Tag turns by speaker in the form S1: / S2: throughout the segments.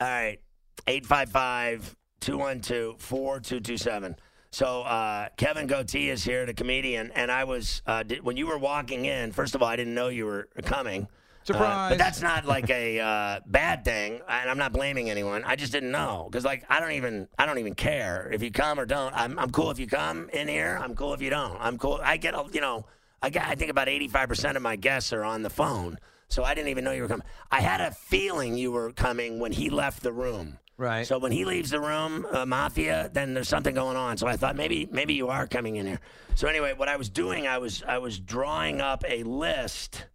S1: All right. 855 212 4227. So uh, Kevin Goatee is here, the comedian, and I was uh, did, when you were walking in. First of all, I didn't know you were coming. Uh,
S2: Surprise.
S1: but that's not like a uh, bad thing, and I'm not blaming anyone. I just didn't know because, like, I don't even I don't even care if you come or don't. I'm, I'm cool if you come in here. I'm cool if you don't. I'm cool. I get a- you know I got I think about 85 percent of my guests are on the phone, so I didn't even know you were coming. I had a feeling you were coming when he left the room.
S2: Right.
S1: So when he leaves the room, uh, mafia, then there's something going on. So I thought maybe maybe you are coming in here. So anyway, what I was doing, I was I was drawing up a list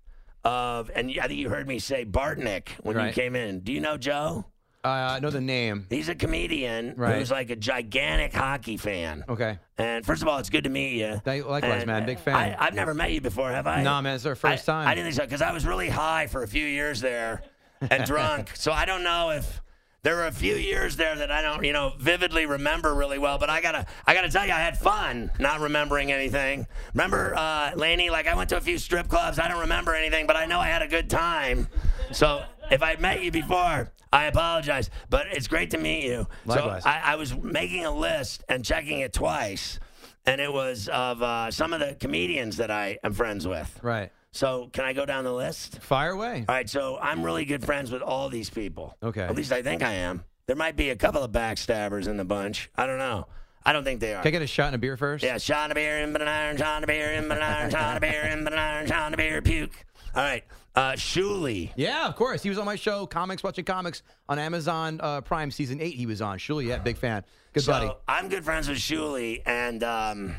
S1: of, and I think you heard me say Bartnick when you
S2: Right.
S1: came in. Do you know Joe?
S2: Uh, I know the name.
S1: He's a comedian
S2: Right.
S1: who's like a gigantic hockey fan.
S2: Okay.
S1: And first of all, it's good to meet you.
S2: Thank- likewise, man. Big fan.
S1: I, I've never met you before, have I?
S2: Nah, man, it's our first
S1: I-
S2: time.
S1: I didn't think so because I was really high for a few years there and drunk. so I don't know if there were a few years there that I don't, you know, vividly remember really well. But I gotta, I gotta tell you, I had fun not remembering anything. Remember, uh, Laney? Like I went to a few strip clubs. I don't remember anything, but I know I had a good time. So if I met you before, I apologize. But it's great to meet you.
S2: Likewise.
S1: So I, I was making a list and checking it twice. And it was of uh, some of the comedians that I am friends with.
S2: Right.
S1: So can I go down the list?
S2: Fire away.
S1: All right. So I'm really good friends with all these people.
S2: Okay.
S1: At least I think I am. There might be a couple of backstabbers in the bunch. I don't know. I don't think they are.
S2: Can I get a shot and a beer first?
S1: yeah, shot a beer, in but an iron, shot a beer, in but an iron, shot a beer, in but an iron, shot a beer, puke. All right. Uh, Shuli.
S2: Yeah, of course. He was on my show, Comics Watching Comics, on Amazon uh, Prime Season 8. He was on. Shuli, yeah, big fan. Good
S1: so
S2: buddy.
S1: I'm good friends with Shuli, and um,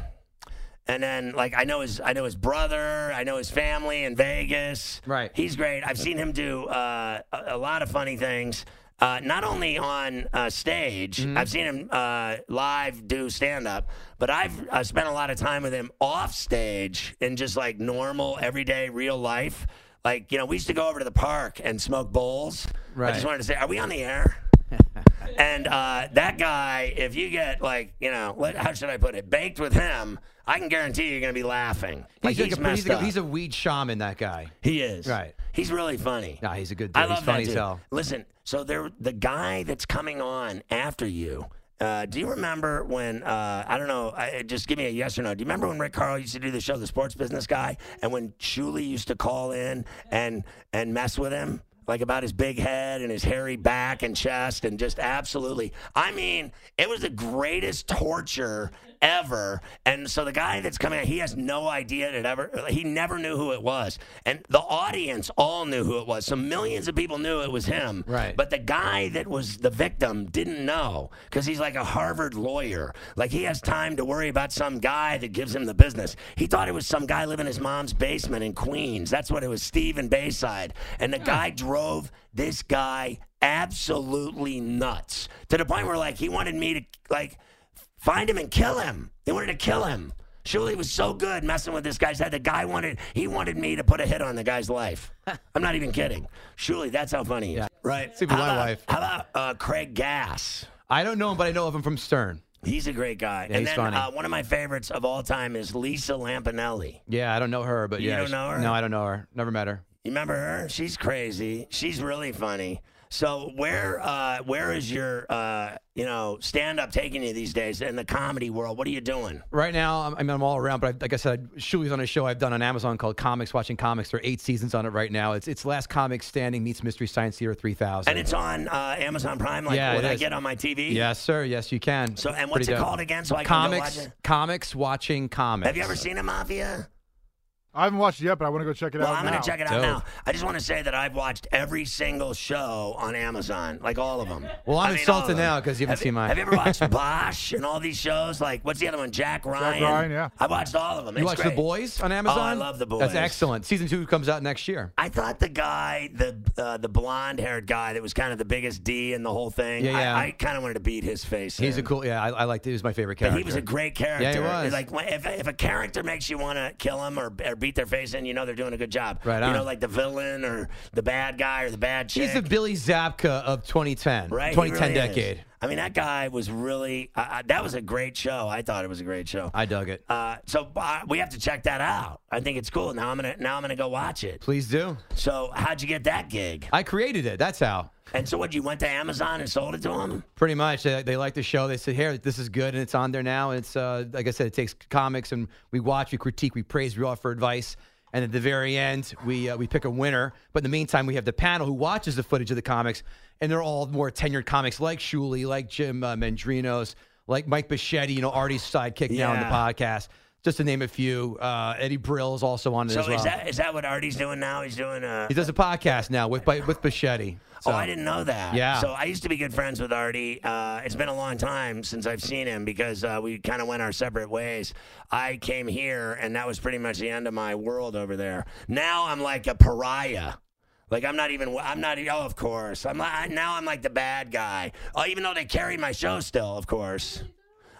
S1: and then like I know his I know his brother, I know his family in Vegas.
S2: Right.
S1: he's great. I've seen him do uh, a, a lot of funny things. Uh, not only on uh, stage,
S2: Mm-hmm.
S1: I've seen him uh, live do stand up, but I've uh, spent a lot of time with him off stage in just like normal, everyday, real life. Like, you know, we used to go over to the park and smoke bowls. I
S2: Right.
S1: just wanted to say, are we on the air? And uh, that guy, if you get like, you know, what, how should I put it? Baked with him, I can guarantee you're going to be laughing. Like he's,
S2: like a,
S1: messed
S2: he's, like a-
S1: up.
S2: he's a weed shaman, that guy.
S1: he is.
S2: Right.
S1: He's really funny.
S2: Nah, he's a good dude.
S1: I love
S2: he's funny
S1: that
S2: as
S1: dude.
S2: hell.
S1: Listen, so there, the guy that's coming on after you. Uh, do you remember when uh, I don't know? I, just give me a yes or no. Do you remember when Rick Carl used to do the show, the sports business guy, and when Shuley used to call in and and mess with him, like about his big head and his hairy back and chest, and just absolutely. I mean, it was the greatest torture ever. And so the guy that's coming, out, he has no idea that ever. He never knew who it was, and the audience all knew who it was. So millions of people knew it was him.
S2: Right.
S1: But the guy that was the victim didn't know because he's like a Harvard lawyer. Like he has time to worry about some guy that gives him the business. He thought it was some guy living in his mom's basement in Queens. That's what it was, Steve in Bayside. And the guy drove this guy absolutely nuts to the point where like he wanted me to like find him and kill him. They wanted to kill him. Shuley was so good messing with this guy's head. The guy wanted he wanted me to put a hit on the guy's life. I'm not even kidding. Shuley, that's how funny he is.
S2: Yeah.
S1: Right.
S2: See, with
S1: how
S2: my
S1: about,
S2: wife.
S1: How about uh, Craig Gass?
S2: I don't know him, but I know of him from Stern.
S1: He's a great guy. and
S2: he's
S1: then
S2: funny.
S1: Uh, one of my favorites of all time is Lisa Lampanelli.
S2: Yeah, I don't know her, but
S1: You
S2: yeah.
S1: don't
S2: she-
S1: know her?
S2: No, I don't know her. Never met her.
S1: You remember her? She's crazy. She's really funny. So where uh, where is your uh, you know stand up taking you these days in the comedy world? What are you doing?
S2: Right now, I'm, I mean, I'm all around, but I, like I said, Shuli's on a show I've done on Amazon called Comics Watching Comics. There are eight seasons on it right now. It's it's Last Comic Standing meets Mystery Science Theater 3000.
S1: And it's on uh, Amazon Prime, like
S2: Yeah,
S1: what
S2: it
S1: I
S2: is.
S1: get on my TV.
S2: yes, sir. Yes, you can.
S1: So and
S2: It's
S1: what's
S2: pretty
S1: it
S2: dope.
S1: called again? So I can go watch
S2: Comics,
S1: it?
S2: comics watching comics.
S1: Have you ever seen a mafia?
S3: I haven't watched it yet, but I want to go check it
S1: Well,
S3: out.
S1: I'm going
S3: now.
S1: to check it out
S2: Dope.
S1: now. I just want to say that I've watched every single show on Amazon, like all of them.
S2: Well, I'm
S1: I mean,
S2: insulted
S1: all of them.
S2: now 'cause you haven't
S1: Have
S2: seen mine.
S1: Have you ever watched Bosch and all these shows? Like, what's the other one? Jack Ryan.
S3: Ryan, yeah.
S1: I watched all of them.
S2: You
S1: It's
S2: watch The
S1: great. Oh,
S2: Boys on Amazon?
S1: love The Boys.
S2: That's excellent. Season two comes out next year.
S1: I thought the guy, the uh, the blonde haired guy that was kind of the biggest D in the whole thing.
S2: Yeah, yeah.
S1: I, I kind of wanted to beat his face.
S2: He's
S1: in.
S2: a cool. Yeah, I, I liked. He was my favorite
S1: But
S2: character.
S1: he was a great character.
S2: Yeah, he was.
S1: Like when- if, if a character makes you want to kill him or, or beat their face in, you know they're doing a good job.
S2: Right
S1: You
S2: on.
S1: know, like the villain or the bad guy or the bad chick.
S2: He's the Billy Zabka of 2010.
S1: right? He
S2: 2010
S1: really is.
S2: decade.
S1: I mean, that guy was really. Uh, uh, that was a great show. I thought it was a great show.
S2: I dug it.
S1: uh, so uh, we have to check that out. I think it's cool. Now I'm gonna now I'm gonna go watch it.
S2: Please do.
S1: So how'd you get that gig?
S2: I created it. That's how.
S1: And so what? You went to Amazon and sold it to him?
S2: Pretty much, they, they liked the show. They said, "Here, this is good, and it's on there now." And it's uh, like I said, it takes comics, and we watch, we critique, we praise, we offer advice, and at the very end, we uh, we pick a winner. But in the meantime, we have the panel who watches the footage of the comics, and they're all more tenured comics like Shuley, like Jim uh, Mandrinos, like Mike Bichetti, you know, Artie's sidekick now on the
S1: Yeah.
S2: podcast, just to name a few. Uh, Eddie Brill is also on it
S1: So
S2: as well.
S1: is that is that what Artie's doing now? He's doing uh, a.
S2: he does a podcast now with by, with Bichetti.
S1: oh, I didn't know that.
S2: Yeah.
S1: So I used to be good friends with Artie. Uh, it's been a long time since I've seen him because uh, we kind of went our separate ways. I came here, and that was pretty much the end of my world over there. Now I'm like a pariah. Like I'm not even. I'm not. Oh, of course. I'm I, now. I'm like the bad guy. Oh, even though they carry my show still, of course.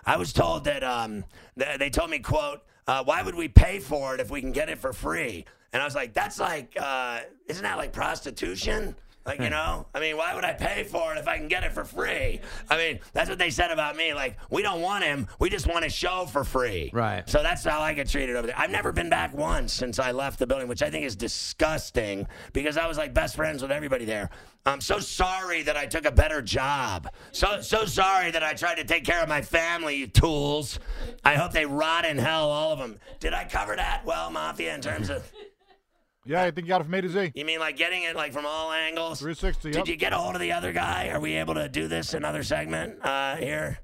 S1: I was told that um, th- they told me, "quote uh, Why would we pay for it if we can get it for free?" And I was like, "That's like, uh, isn't that like prostitution?" Like you know, I mean, why would I pay for it if I can get it for free? I mean, that's what they said about me. Like, we don't want him; we just want his show for free.
S2: Right.
S1: So that's how I get treated over there. I've never been back once since I left the building, which I think is disgusting because I was like best friends with everybody there. I'm so sorry that I took a better job. So so sorry that I tried to take care of my family, you tools. I hope they rot in hell, all of them. Did I cover that well, Mafia? In terms of
S3: Yeah, I think you got it from A to Z.
S1: you mean like getting it like from all angles?
S3: 360.
S1: Did
S3: Yep.
S1: you get a hold of the other guy? Are we able to do this another segment uh, here?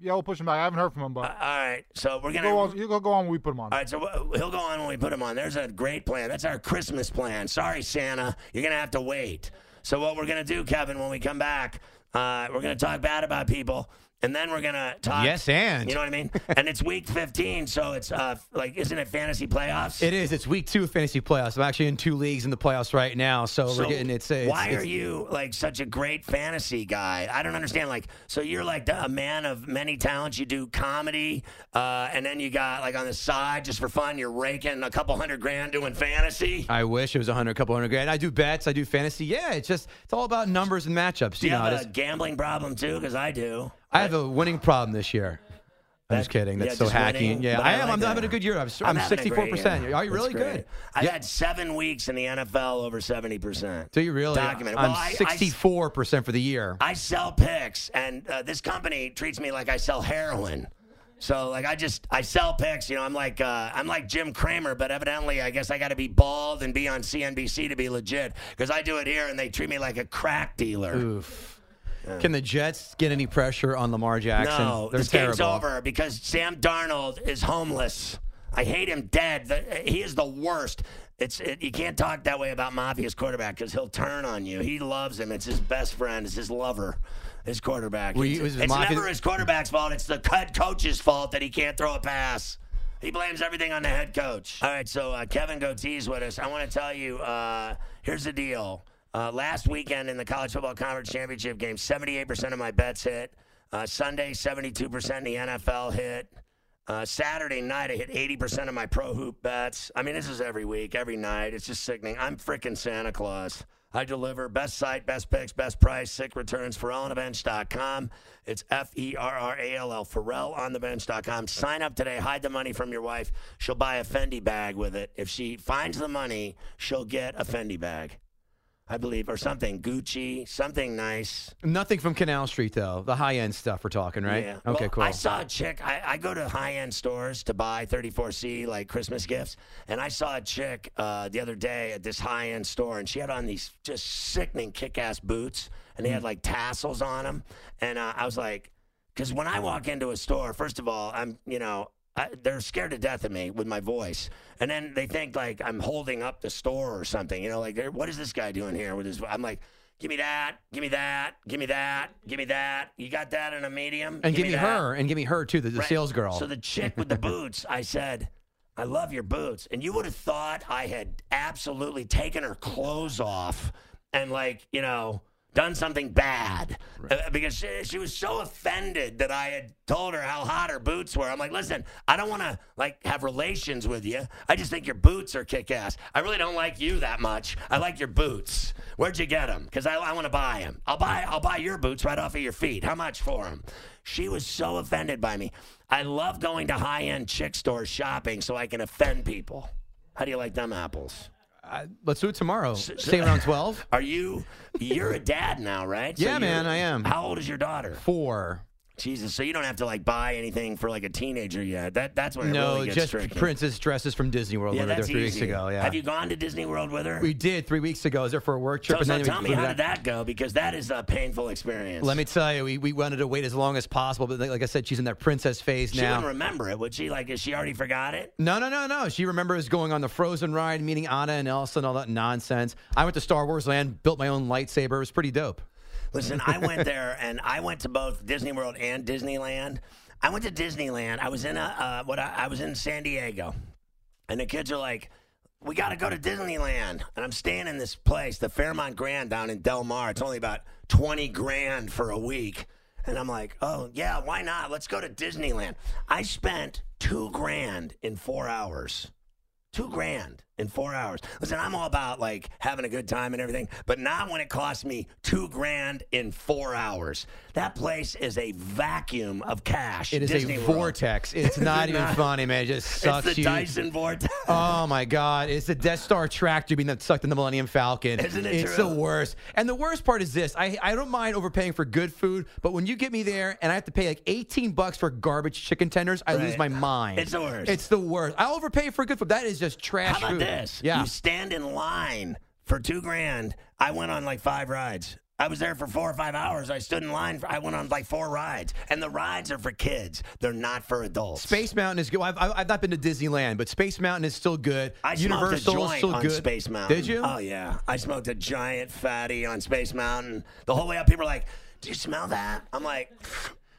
S3: Yeah, we'll push him back. I haven't heard from him,
S1: Uh,
S3: but
S1: all right, so we're gonna
S3: go on, you go go on when we put him on.
S1: All right, so wh- he'll go on when we put him on. There's a great plan. That's our Christmas plan. Sorry, Santa, you're gonna have to wait. So what we're gonna do, Kevin, when we come back, uh, we're gonna talk bad about people, and then we're gonna talk.
S2: Yes, and.
S1: you know what I mean. and it's week 15, so it's uh, like, isn't it fantasy playoffs?
S2: It is. It's week two of fantasy playoffs. I'm actually in two leagues in the playoffs right now, so,
S1: So
S2: we're getting it's. it's
S1: why
S2: it's-
S1: are you like such a great fantasy guy? I don't understand. Like, so you're like the, a man of many talents. You do comedy, uh, and then you got like on the side just for fun, you're raking a couple hundred grand doing fantasy.
S2: I wish it was a hundred, couple hundred grand. I do bets. I do fantasy. Yeah, it's just it's all about numbers and matchups.
S1: Do
S2: You
S1: you
S2: know,
S1: have
S2: it
S1: a
S2: is-
S1: gambling problem too? Because I do.
S2: I have a winning problem this year. I'm just
S1: That-
S2: kidding. That's
S1: yeah,
S2: so
S1: just
S2: hacky.
S1: winning,
S2: yeah,
S1: but
S2: I
S1: I
S2: am.
S1: like
S2: I'm
S1: that.
S2: having a good year. I'm,
S1: I'm
S2: I'm
S1: having a
S2: 64.
S1: great
S2: percent.
S1: year.
S2: Are you
S1: That's
S2: really
S1: great.
S2: good?
S1: I've had seven weeks in the NFL over seventy percent.
S2: Do you really?
S1: Documented.
S2: I'm
S1: Well, I- I-
S2: 64 percent for the year.
S1: I sell picks, and uh, this company treats me like I sell heroin. So like I just I sell picks. You know, I'm like uh, I'm like Jim Cramer, but evidently I guess I got to be bald and be on CNBC to be legit because I do it here and they treat me like a crack dealer.
S2: Oof. Can the Jets get any pressure on Lamar Jackson?
S1: No,
S2: They're
S1: this
S2: terrible.
S1: game's over because Sam Darnold is homeless. I hate him dead. The- he is the worst. It's it, you can't talk that way about Mafia's quarterback because he'll turn on you. He loves him. It's his best friend. It's his lover. His quarterback.
S2: Were you-
S1: it's
S2: was
S1: it's
S2: Mafia-
S1: never his quarterback's fault. It's the head coach's fault that he can't throw a pass. He blames everything on the head coach. All right, so uh, Kevin Goatee's with us. I want to tell you uh, here's the deal. Uh, last weekend in the college football conference championship game, 78% of my bets hit. Uh, Sunday, 72% of the NFL hit. Uh, Saturday night, I hit 80% of my pro hoop bets. I mean, this is every week, every night. It's just sickening. I'm freaking Santa Claus. I deliver best site, best picks, best price, sick returns, FerrellOnTheBench.com. It's F E R R A L L, FerrellOnTheBench.com. Sign up today. Hide the money from your wife. She'll buy a Fendi bag with it. If she finds the money, she'll get a Fendi bag, I believe, or something Gucci, something nice.
S2: Nothing from Canal Street though. The high end stuff we're talking, right?
S1: Yeah.
S2: Okay,
S1: Well,
S2: cool.
S1: I saw a chick. I, I go to high end stores to buy 34C like Christmas gifts, and I saw a chick uh, the other day at this high end store, and she had on these just sickening kick ass boots, and they
S2: Mm.
S1: had like tassels on them, and uh, I was like, because when I walk into a store, first of all, I'm you know I, they're scared to death of me with my voice, and then they think like I'm holding up the store or something. You know, like they're, what is this guy doing here with his? I'm like, give me that, give me that, give me that, give me that. You got that in a medium?
S2: And give, me
S1: that."
S2: her, and give me her too, the, the
S1: Right.
S2: sales girl.
S1: So the chick with the boots, I said, I love your boots. And you would have thought I had absolutely taken her clothes off and, like, you know, done something bad Uh, because she, she was so offended that I had told her how hot her boots were. I'm like, listen, I don't want to, like, have relations with you. I just think your boots are kick ass. I really don't like you that much. I like your boots. Where'd you get them? Because I, I want to buy them. I'll buy, I'll buy your boots right off of your feet. How much for them? She was so offended by me. I love going to high end chick stores shopping so I can offend people. How do you like them apples?
S2: I- Uh, let's do it tomorrow. Stay around 12.
S1: Are you, you're a dad now, right?
S2: Yeah,
S1: you're-
S2: man, I am.
S1: How old is your daughter?
S2: Four.
S1: Jesus, so you don't have to like buy anything for like a teenager yet. That that's when it
S2: no,
S1: really gets
S2: just
S1: tricky.
S2: princess dresses from Disney World.
S1: yeah,
S2: when we were
S1: that's
S2: there three
S1: easy.
S2: weeks ago. Yeah.
S1: Have you gone to Disney World with her?
S2: we did three weeks ago. I was there for a work trip.
S1: so, so
S2: we
S1: tell me,
S2: flew
S1: how
S2: back.
S1: did that go? Because that is a painful experience.
S2: Let me tell you, we, we wanted to wait as long as possible, but like, like I said, she's in that princess phase
S1: She
S2: now.
S1: wouldn't remember it, would she? Like, is she already forgot it?
S2: no, no, no, no. She remembers going on the Frozen ride, meeting Anna and Elsa and all that nonsense. I went to Star Wars Land, built my own lightsaber. It was pretty dope.
S1: Listen, I went there and I went to both Disney World and Disneyland. I went to Disneyland. I was in a uh, what I, I was in San Diego, and the kids are like, "We got to go to Disneyland." And I'm staying in this place, the Fairmont Grand down in Del Mar. It's only about twenty grand for a week, and I'm like, "Oh yeah, why not? Let's go to Disneyland." I spent two grand in four hours two grand in four hours. Listen, I'm all about like having a good time and everything, but not when it costs me two grand in four hours. That place is a vacuum of cash.
S2: It is
S1: Disney
S2: a
S1: World.
S2: vortex. It's not even funny, man. It just
S1: It's
S2: sucks
S1: the
S2: you.
S1: Dyson vortex.
S2: Oh my God! It's the Death Star tractor being sucked in the Millennium Falcon.
S1: Isn't it
S2: It's
S1: true?
S2: the worst. And the worst part is this: I I don't mind overpaying for good food, but when you get me there and I have to pay like eighteen bucks for garbage chicken tenders, I lose
S1: Right.
S2: my mind.
S1: It's the worst.
S2: It's the worst. I overpay for good food. That is just trash.
S1: How about
S2: food.
S1: this?
S2: Yeah.
S1: You stand in line for two grand. I went on like five rides. I was there for four or five hours. I stood in line. For, I went on like four rides, and the rides are for kids. They're not for adults.
S2: Space Mountain is good. I've, I've I've not been to Disneyland, but Space Mountain is still good.
S1: I
S2: Universal
S1: smoked a joint
S2: is still
S1: on
S2: good.
S1: Space Mountain.
S2: Did you?
S1: Oh yeah, I smoked a giant fatty on Space Mountain. The whole way up, people are like, "Do you smell that?" I'm like,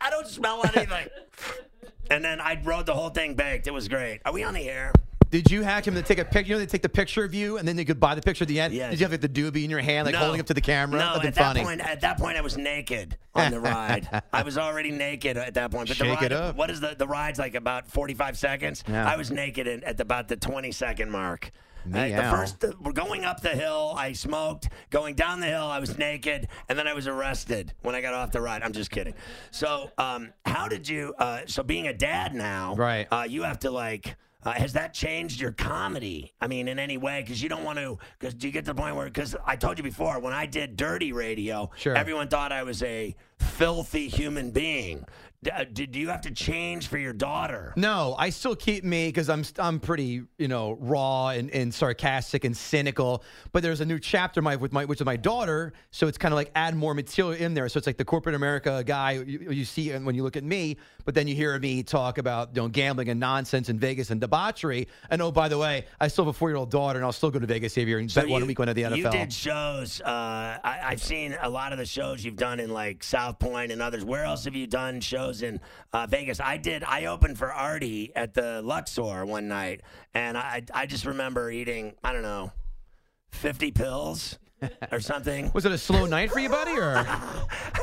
S1: "I don't smell anything." and then I rode the whole thing baked. It was great. Are we on the air?
S2: Did you hack him to take a picture? You know, they take the picture of you, and then they could buy the picture at the end.
S1: Yes.
S2: Did you have like, the doobie in your hand, like
S1: No.
S2: holding up to the camera?
S1: No,
S2: That'd been
S1: at
S2: funny.
S1: that point, at that point, I was naked on the ride. I was already naked at that point. But the
S2: Shake
S1: ride,
S2: it up.
S1: What is the the ride's like? About forty five seconds.
S2: Yeah.
S1: I was naked in, at about the twenty second mark. Uh, the
S2: Meow.
S1: first, the, we're going up the hill. I smoked. Going down the hill, I was naked, and then I was arrested when I got off the ride. I'm just kidding. So, um, how did you? Uh, so, being a dad now,
S2: Right.
S1: Uh, you have to like. Uh, has that changed your comedy? I mean, in any way? Because you don't want to. Because do you get to the point where? Because I told you before, when I did dirty radio,
S2: Sure.
S1: everyone thought I was a filthy human being. D- uh, did you have to change for your daughter?
S2: No, I still keep me because I'm I'm pretty you know raw and, and sarcastic and cynical. But there's a new chapter in my with my which is my daughter, so it's kind of like add more material in there. So it's like the corporate America guy you, you see and when you look at me, but then you hear me talk about you know gambling and nonsense in Vegas and debauchery. And oh by the way, I still have a four year old daughter, and I'll still go to Vegas every year and
S1: So
S2: bet one
S1: you-
S2: weekend at the NFL.
S1: You did shows. Uh, I, I've seen a lot of the shows you've done in like South Point and others. Where else have you done shows in uh, Vegas? I did. I opened for Artie at the Luxor one night, and I I just remember eating I don't know, fifty pills or something.
S2: Was it a slow night for you, buddy? Or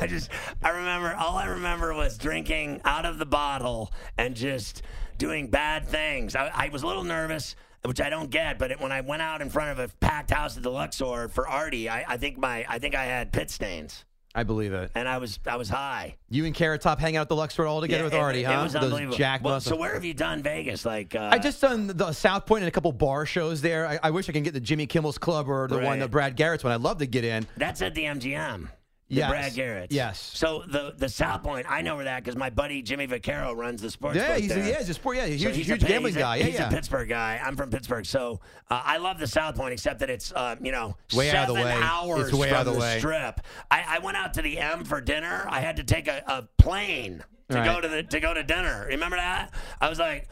S1: I just I remember all I remember was drinking out of the bottle and just doing bad things. I, I was a little nervous, which I don't get. But it, when I went out in front of a packed house at the Luxor for Artie, I, I think my I think I had pit stains
S2: I believe it.
S1: and I was I was high.
S2: You and Carrot Top hang out at the Luxor all together
S1: Yeah,
S2: with
S1: it-
S2: Artie,
S1: it,
S2: huh?
S1: was
S2: Those
S1: unbelievable.
S2: jack
S1: Well,
S2: muscles.
S1: so where have you done Vegas? Like uh,
S2: I just done the South Point and a couple bar shows there. I, I wish I can get the Jimmy Kimmel's Club or the
S1: Right.
S2: one, the Brad Garrett's one. I'd love to get in.
S1: That's at the MGM. The
S2: Yes.
S1: Brad Garrett's.
S2: Yes.
S1: So the the South Point, I know where that because my buddy Jimmy Vaccaro runs the sports.
S2: yeah,
S1: book
S2: he's a,
S1: there.
S2: yeah, he's a sport. Yeah, he's
S1: So
S2: huge,
S1: he's a
S2: huge
S1: Pitt-
S2: gambling
S1: he's a-
S2: guy. Yeah,
S1: he's
S2: yeah.
S1: a Pittsburgh guy. I'm from Pittsburgh, so uh, I love the South Point, except that it's uh, you know
S2: Way
S1: seven
S2: out of the way. It's
S1: hours
S2: way
S1: from
S2: out of the way.
S1: Strip. I, I went out to the M for dinner. I had to take a, a plane to
S2: Right.
S1: go to the to go to dinner. Remember that? I was like,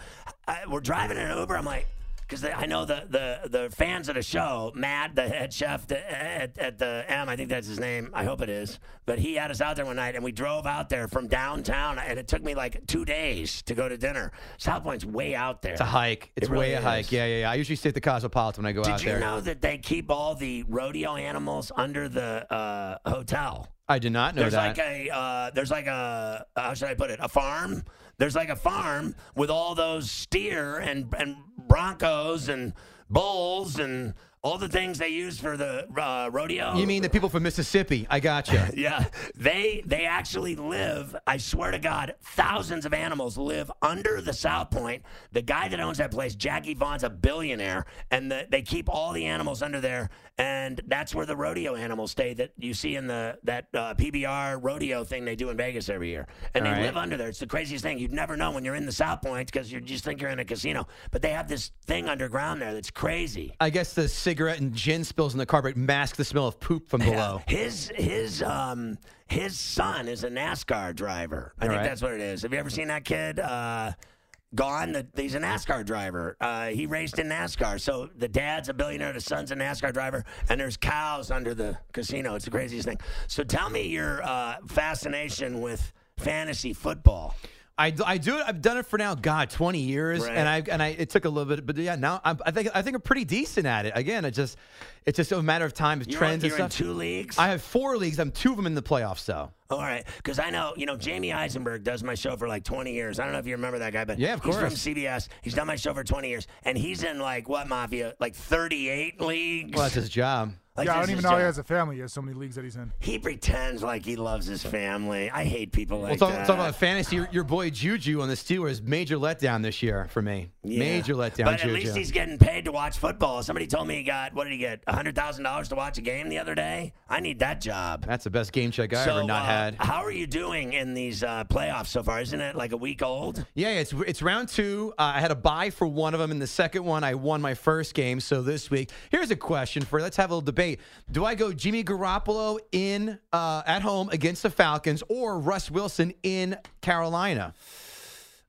S1: I, we're driving in an Uber. I'm like, because I know the, the the fans of the show, Matt, the head chef the, at, at the M, I think that's his name. I hope it is. But he had us out there one night, and we drove out there from downtown, and it took me like two days to go to dinner. South Point's way out there.
S2: It's a hike. It's
S1: really
S2: way a hike.
S1: is.
S2: Yeah, yeah, yeah. I usually stay at the Cosmopolitan when I go
S1: Did
S2: out
S1: you
S2: there.
S1: know that they keep all the rodeo animals under the uh, hotel?
S2: I did not know
S1: there's
S2: that.
S1: like a uh, there's like a uh, how should I put it a farm. There's like a farm with all those steer and and broncos and bulls and all the things they use for the uh, rodeo.
S2: you mean the people from Mississippi? I gotcha.
S1: Yeah, they they actually live. I swear to God, thousands of animals live under the South Point. The guy that owns that place, Jackie Vaughn's a billionaire, and the, they keep all the animals under there, and that's where the rodeo animals stay that you see in the that uh, PBR rodeo thing they do in Vegas every year, and they
S2: All right.
S1: live under there. It's the craziest thing. You'd never know when you're in the South Point because you just think you're in a casino, but they have this thing underground there that's crazy.
S2: I guess the cigarette and gin spills in the carpet mask the smell of poop from below.
S1: Yeah. His his um his son is a NASCAR driver. I think
S2: right.
S1: that's what it is. Have you ever seen that kid? Uh, Gone. The, he's a NASCAR driver. Uh, he raced in NASCAR. So the dad's a billionaire, the son's a NASCAR driver, and there's cows under the casino. It's the craziest thing. So tell me your uh, fascination with fantasy football.
S2: I, I do it. I've done it for now. God, twenty years,
S1: Right.
S2: and I and I it took a little bit, but yeah, now I'm, I think I think I'm pretty decent at it. Again, it just it's just a matter of time.
S1: You're,
S2: trends
S1: you're
S2: and
S1: in
S2: stuff.
S1: two leagues.
S2: I have four leagues. I'm two of them in the playoffs, though.
S1: All right, because I know you know Jamie Eisenberg does my show for like 20 years. I don't know if you remember that guy, but
S2: Yeah, of
S1: he's from
S2: course.
S1: CBS. He's done my show for 20 years, and he's in like what mafia, like 38 leagues.
S2: Well, that's his job.
S1: Like,
S3: yeah, I
S1: this
S3: don't even
S1: is
S3: know how he
S1: just-
S3: has a family. He has so many leagues that he's in.
S1: He pretends like he loves his family. I hate people like
S2: Well, talk,
S1: that.
S2: talk about fantasy. Your, your boy Juju on the Steelers, major letdown this year for me.
S1: Yeah.
S2: Major letdown.
S1: But at
S2: Juju.
S1: least he's getting paid to watch football. Somebody told me he got what did he get? hundred thousand dollars to watch a game the other day. I need that job.
S2: That's the best game check I
S1: so,
S2: ever not
S1: uh,
S2: had.
S1: How are you doing in these uh, playoffs so far? Isn't it like a week old?
S2: Yeah, it's it's round two. Uh, I had a bye for one of them. In the second one, I won my first game. So this week, here's a question for. Let's have a little debate. Do I go Jimmy Garoppolo in uh, at home against the Falcons or Russ Wilson in Carolina?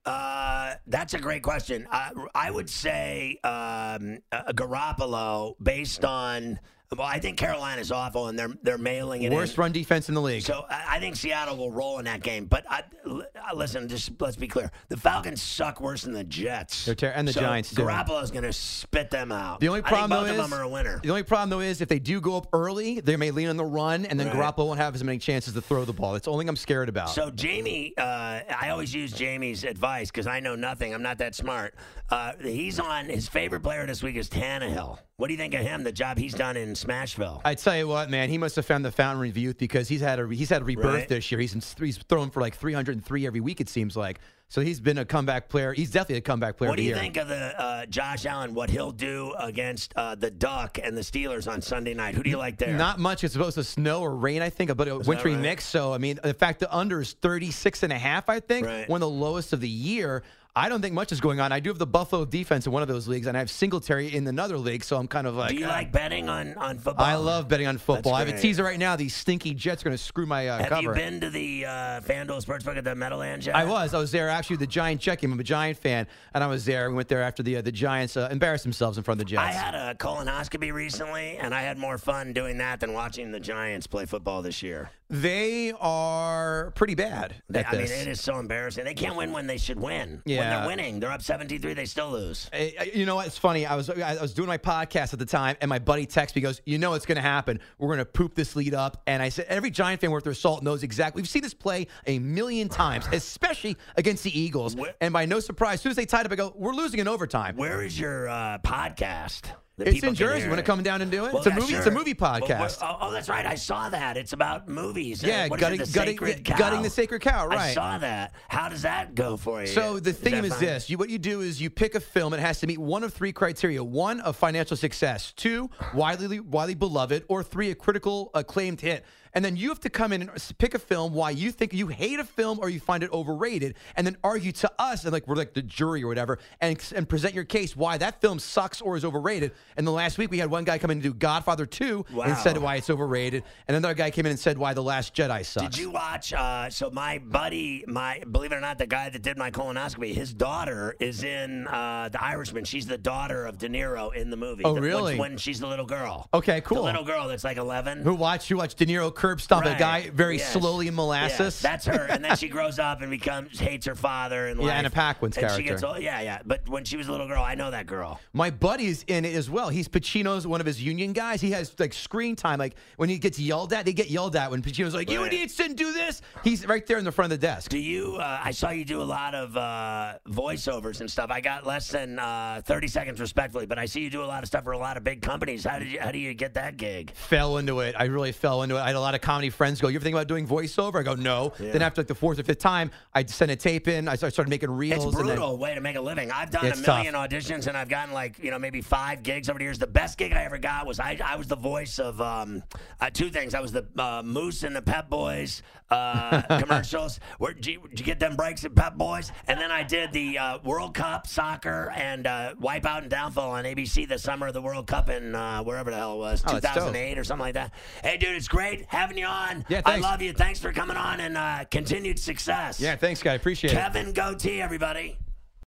S1: Uh, that's a great question. I, I would say um, uh, Garoppolo, based on well, I think Carolina's awful and they're they're mailing it.
S2: Worst
S1: in.
S2: run defense in the league.
S1: So I I think Seattle will roll in that game. But I, l- I- listen, just let's be clear: the Falcons suck worse than the Jets.
S2: They're ter- and the
S1: So
S2: Giants, too.
S1: Garoppolo's going to spit them out.
S2: the only problem
S1: I think both
S2: though
S1: of them
S2: is
S1: are a winner.
S2: the only problem though is if they do go up early, they may lean on the run, and then
S1: Right.
S2: Garoppolo won't have as many chances to throw the ball. That's the only thing I'm scared about.
S1: So Jamie, uh, I always use Jamie's advice because I know nothing. I'm not that smart. Uh, he's on his favorite player this week is Tannehill. What do you think of him? The job he's done in Smashville.
S2: I tell you what, man, he must have found the fountain of youth because he's had a he's had a rebirth
S1: Right.
S2: this year. He's he's thrown for like 303 every week it seems like. So he's been a comeback player. He's definitely a comeback player.
S1: what
S2: of the
S1: do you
S2: year.
S1: think of the uh, Josh Allen? What he'll do against uh, the Duck and the Steelers on Sunday night? Who do you like there?
S2: Not much. It's supposed to snow or rain, I think, but a wintry
S1: right?
S2: mix. So, I mean, in fact, the under is 36 and a half, I think,
S1: Right.
S2: one of the lowest of the year. I don't think much is going on. I do have the Buffalo defense in one of those leagues, and I have Singletary in another league. So I'm kind of like,
S1: do you
S2: uh,
S1: like betting on on football?
S2: I love betting on football. I have a
S1: great.
S2: teaser right now. These stinky Jets are going to screw my uh,
S1: Have
S2: cover.
S1: you been to the uh, FanDuel Sportsbook at the Meadowlands yet?
S2: I was. I was there actually. The Giant check game. I'm a Giant fan, and I was there. We went there after the uh, the Giants uh, embarrassed themselves in front of the
S1: I
S2: Jets.
S1: had a colonoscopy recently, and I had more fun doing that than watching the Giants play football this year.
S2: they are pretty bad
S1: They-
S2: at
S1: I mean,
S2: this.
S1: it is so embarrassing. They can't win when they should win. When
S2: Yeah.
S1: they're winning, they're up 73, they still lose.
S2: I- I- you know what? It's funny. I was I I was doing my podcast at the time, and my buddy texts me, he goes, "You know what's going to happen? We're going to poop this lead up." And I said, "Every Giant fan worth their salt knows exactly. We've seen this play a million times, especially against the Eagles.
S1: Where-
S2: and by no surprise, as soon as they tied up, I go, "We're losing in overtime."
S1: Where is your uh, podcast? that
S2: it's
S1: people
S2: in
S1: can
S2: Jersey.
S1: hear
S2: Want to
S1: it?
S2: come down and do it?
S1: Well,
S2: it's a
S1: yeah,
S2: movie. It's
S1: sure.
S2: a movie
S1: Well,
S2: podcast.
S1: well, oh, oh, that's right. I saw that. It's about movies.
S2: Yeah,
S1: What is it,
S2: gutting,
S1: the
S2: gutting,
S1: sacred
S2: the-
S1: cow.
S2: gutting the sacred cow. Right.
S1: I saw that. How does that go for you?
S2: So
S1: that
S2: the theme is
S1: fine?
S2: this: you, what you do is you pick a film. It has to meet one of three criteria: one, a financial success; two, widely widely beloved; or three, a critical acclaimed hit. and then you have to come in and s- pick a film why you think you hate a film or you find it overrated, and then argue to us and like we're like the jury or whatever, and and present your case why that film sucks or is overrated. And the last week we had one guy come in and do Godfather Two and said
S1: Wow.
S2: why it's overrated, and another guy came in and said why The Last Jedi sucks.
S1: Did you watch? Uh, so my buddy, my believe it or not, the guy that did my colonoscopy, his daughter is in uh, The Irishman. She's the daughter of De Niro in the movie.
S2: Oh,
S1: The-
S2: really?
S1: When she's the little girl.
S2: Okay, cool.
S1: The little girl that's like eleven.
S2: Who watched? You watched De Niro curb stomp
S1: Right.
S2: a guy very
S1: Yes.
S2: slowly in molasses.
S1: Yes, that's her, and then she grows up and becomes hates her father and
S2: Yeah,
S1: life.
S2: Anna Paquin's
S1: and She
S2: character.
S1: gets old. Yeah, yeah. But when she was a little girl, I know that girl.
S2: My buddy's in it as well. He's Pacino's one of his union guys. He has like screen time. Like when he gets yelled at, they get yelled at when Pacino's like, "You
S1: Right.
S2: idiots didn't do this." He's right there in the front of the desk.
S1: Do you? Uh, I saw you do a lot of uh, voiceovers and stuff. I got less than uh, thirty seconds, respectfully, but I see you do a lot of stuff for a lot of big companies. How did you? How do you get that gig?
S2: fell into it. I really fell into it. I had a lot of comedy friends go, "You ever think about doing voiceover?" I go, "No." Then after like the fourth or fifth time, I sent a tape in. I start- started making reels.
S1: It's
S2: and then-
S1: brutal way to make a living. I've done a
S2: It's tough.
S1: million auditions and I've gotten like you know maybe five gigs over the years. The best gig I ever got was I, I was the voice of um, uh, two things. I was the uh, Moose and the Pep Boys uh, commercials. Where did you, did you get them breaks at Pep Boys? And then I did the uh, World Cup soccer and uh, Wipeout and Downfall on ABC the summer of the World Cup in uh, wherever the hell it was,
S2: Oh, that's dope.
S1: 2008 or something like that. Hey, dude, it's great having you on.
S2: Yeah,
S1: I
S2: thanks.
S1: love you. Thanks for coming on and uh, continued success.
S2: yeah, thanks, guy. Appreciate it.
S1: Kevin Goatee, everybody.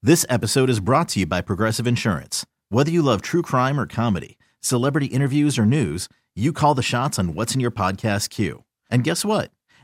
S4: This episode is brought to you by Progressive Insurance. Whether you love true crime or comedy, celebrity interviews or news, you call the shots on what's in your podcast queue. And guess what?